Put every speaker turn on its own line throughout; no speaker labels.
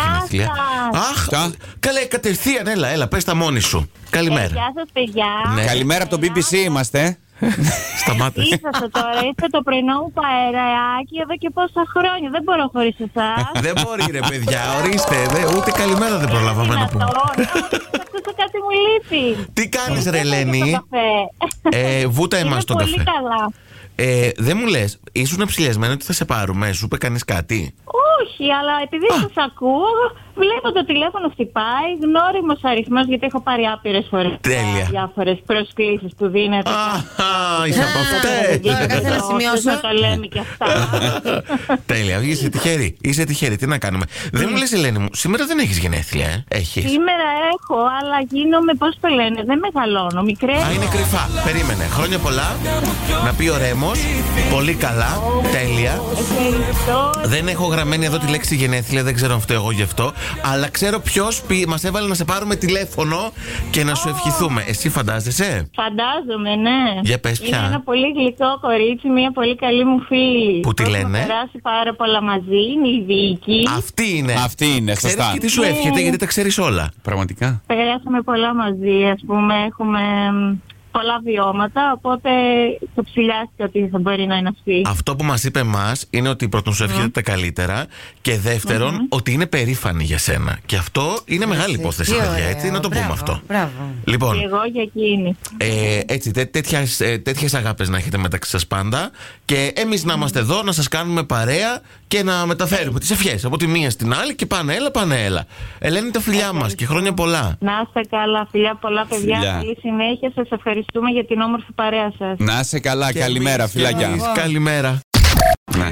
γενέθλια. Αχ,
Τα.
καλέ, κατευθείαν, έλα, έλα, πες τα μόνη σου. Καλημέρα.
Ε, Γεια σας, παιδιά.
Ναι.
Καλημέρα από το BBC είμαστε.
Σταμάτα.
Είσαστε τώρα, είστε το πρωινό μου παρεάκι εδώ και πόσα χρόνια. Δεν μπορώ χωρίς εσάς.
Δεν μπορεί, ρε παιδιά, ορίστε. δε- ούτε καλημέρα δεν προλάβαμε να πούμε.
Ακούσα κάτι μου λείπει.
Τι κάνεις, ρε
Είμαι
Ελένη.
στο καφέ.
Ε, βούτα εμά
Είμαι
τον
πολύ
καφέ.
καλά.
Ε, δεν μου λες, ήσουν ψηλιασμένο ότι θα σε πάρουμε, σου είπε κανείς κάτι.
Όχι, αλλά επειδή σας ακούω, βλέπω το τηλέφωνο χτυπάει, γνώριμος αριθμός γιατί έχω πάρει άπειρες φορές.
Τέλεια.
Διάφορες προσκλήσεις που δίνετε.
Αχ, είσαι από αυτέ.
Τώρα κάτσε να σημειώσω.
Να το λέμε και αυτά.
Τέλεια, είσαι τυχερή. Είσαι τυχερή, τι να κάνουμε. Δεν μου λες, Ελένη μου, σήμερα δεν έχεις γενέθλια, ε. Έχεις.
Σήμερα έχω, αλλά γίνομαι, πώς το λένε, δεν μεγαλώνω. Μικρές.
Α, είναι κρυφά. Περίμενε. Χρόνια πολλά. Να πει ο Ρέμος. Πολύ καλά. Τέλεια.
Ευχαριστώ.
Δεν έχω γραμμένη εδώ τη λέξη γενέθλια, δεν ξέρω αν φταίω εγώ γι' αυτό. Αλλά ξέρω ποιος μας έβαλε να σε πάρουμε τηλέφωνο και να σου ευχηθούμε. Εσύ φαντάζεσαι.
Φαντάζομαι, ναι.
Για πες ποια.
Είναι ένα πολύ γλυκό κορίτσι, μια πολύ καλή μου φίλη.
Που τη
Έχουμε
λένε?
περάσει πάρα πολλά μαζί, είναι η Βίκη.
Αυτή είναι.
Αυτή είναι,
Ξέρεις
σωστά.
και τι σου
Ναι.
εύχεται, γιατί τα ξέρεις όλα.
Πραγματικά.
Περάσαμε πολλά μαζί, ας πούμε, έχουμε μ, πολλά βιώματα, οπότε το ψηλιάστηκα ότι θα μπορεί να είναι αυτή.
Αυτό που μας είπε εμάς είναι ότι πρώτον σου εύχεται τα καλύτερα και δευτερον ότι είναι περήφανη για σένα. Και αυτό είναι μεγάλη
τι
υπόθεση,
ωραίο.
παιδιά, έτσι, να το πούμε
Μπράβο,
αυτό.
μπράβο.
Λοιπόν,
Και εγώ για εκείνη.
Ε, έτσι, τέ, τέτοιες, ε, τέτοιες αγάπες να έχετε μεταξύ σας πάντα και εμείς να είμαστε εδώ να σας κάνουμε παρέα και να μεταφέρουμε τις ευχές από τη μία στην άλλη και πάνε έλα, πάνε έλα. Ελένη τα φιλιά μας και χρόνια πολλά.
Να είστε καλά, φιλιά πολλά παιδιά,
Φιλιά.
καλή συνέχεια, σας ευχαριστούμε για την όμορφη παρέα σας.
Να είσαι καλά, καλημέρα,
Εμείς,
φιλάκια.
Καλημέρα.
Ναι.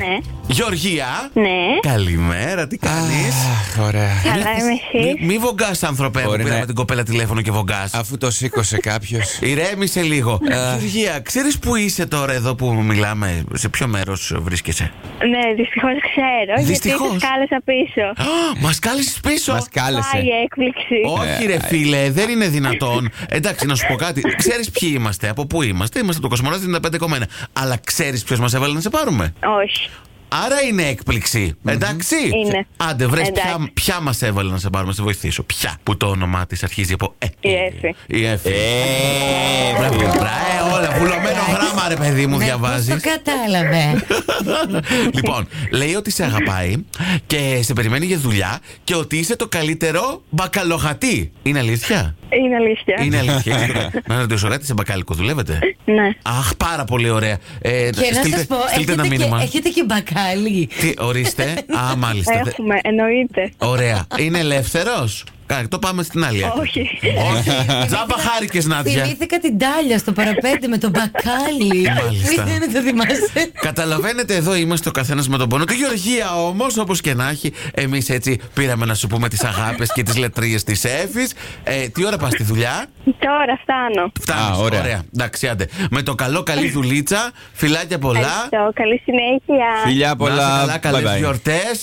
Γεωργία.
Ναι.
Ε. Καλημέρα, τι κάνεις.
Αχ, ωραία.
Καλά είμαι εσύ.
Μη, μη βογκάς άνθρωπε μου
Μπορεί
πήραμε
να-
την κοπέλα τηλέφωνο και βογκάς.
Αφού το σήκωσε κάποιος.
Ηρέμησε λίγο. Ε, Γεωργία, ξέρεις που είσαι τώρα εδώ που μιλάμε, σε ποιο μέρος βρίσκεσαι.
Ναι, δυστυχώς ξέρω.
Δυστυχώς.
Γιατί σα κάλεσα πίσω.
Μα κάλεσες πίσω.
Μας
Πάει
κάλεσε.
έκπληξη.
Όχι, ρε φίλε, δεν είναι δυνατόν. Εντάξει, να σου πω κάτι. Ξέρεις ποιοι είμαστε, από πού είμαστε. Είμαστε το Κοσμοράδι 95,1. Αλλά ξέρεις ποιος μας έβαλε να σε πάρουμε.
Όχι.
Άρα είναι έκπληξη. Εντάξει.
Είναι.
Άντε, βρες ποια,
Εντάξει.
ποια μας έβαλε να σε πάρουμε, να σε βοηθήσω. Ποια. Που το όνομά της αρχίζει από Ε.
Η Εφη.
Η Εφη.
Ε,
Μπράβο, μπράβο, όλα. Βουλωμένο γράμμα, ρε παιδί μου,
Ναι,
διαβάζει.
πώς το κατάλαβε.
λοιπόν, λέει ότι σε αγαπάει και σε περιμένει για δουλειά και ότι είσαι το καλύτερο μπακαλοχατή. Είναι αλήθεια.
Είναι αλήθεια.
Είναι αλήθεια. Είσαι το κα- Να ρωτήσω κάτι, σε μπακάλικο δουλεύετε.
Ναι.
Αχ, πάρα πολύ ωραία. Ε,
Και να σας πω,
στείλτε
έχετε
ένα
και,
μήνυμα.
έχετε και μπακάλι.
Τι, ορίστε. Α, μάλιστα. Δε-
Έχουμε, εννοείται.
Ωραία. Είναι ελεύθερος. Το πάμε στην άλλη. άκρη.
Όχι.
Όχι. Τζάμπα χάρηκες, Νάντια.
Θυμήθηκα την τάλια στο παραπέντε με τον μπακάλι.
Μάλιστα.
Μην το θυμάσαι.
Καταλαβαίνετε, εδώ είμαστε ο καθένας με τον πόνο. Και η Γεωργία όμως, όπως και να έχει, εμείς έτσι πήραμε να σου πούμε τις αγάπες και τις λετρίες της Εύη. Ε, τι ώρα πας στη δουλειά,
Τώρα φτάνω.
Φτάνεις.
Α, ωραία.
Εντάξει, άντε. Με το καλό, καλή δουλίτσα. Φιλάκια πολλά.
Ευχαριστώ. Καλή συνέχεια.
Φιλιά
Να είσαι
πολλά.
καλά, καλές
Bye-bye.
γιορτές.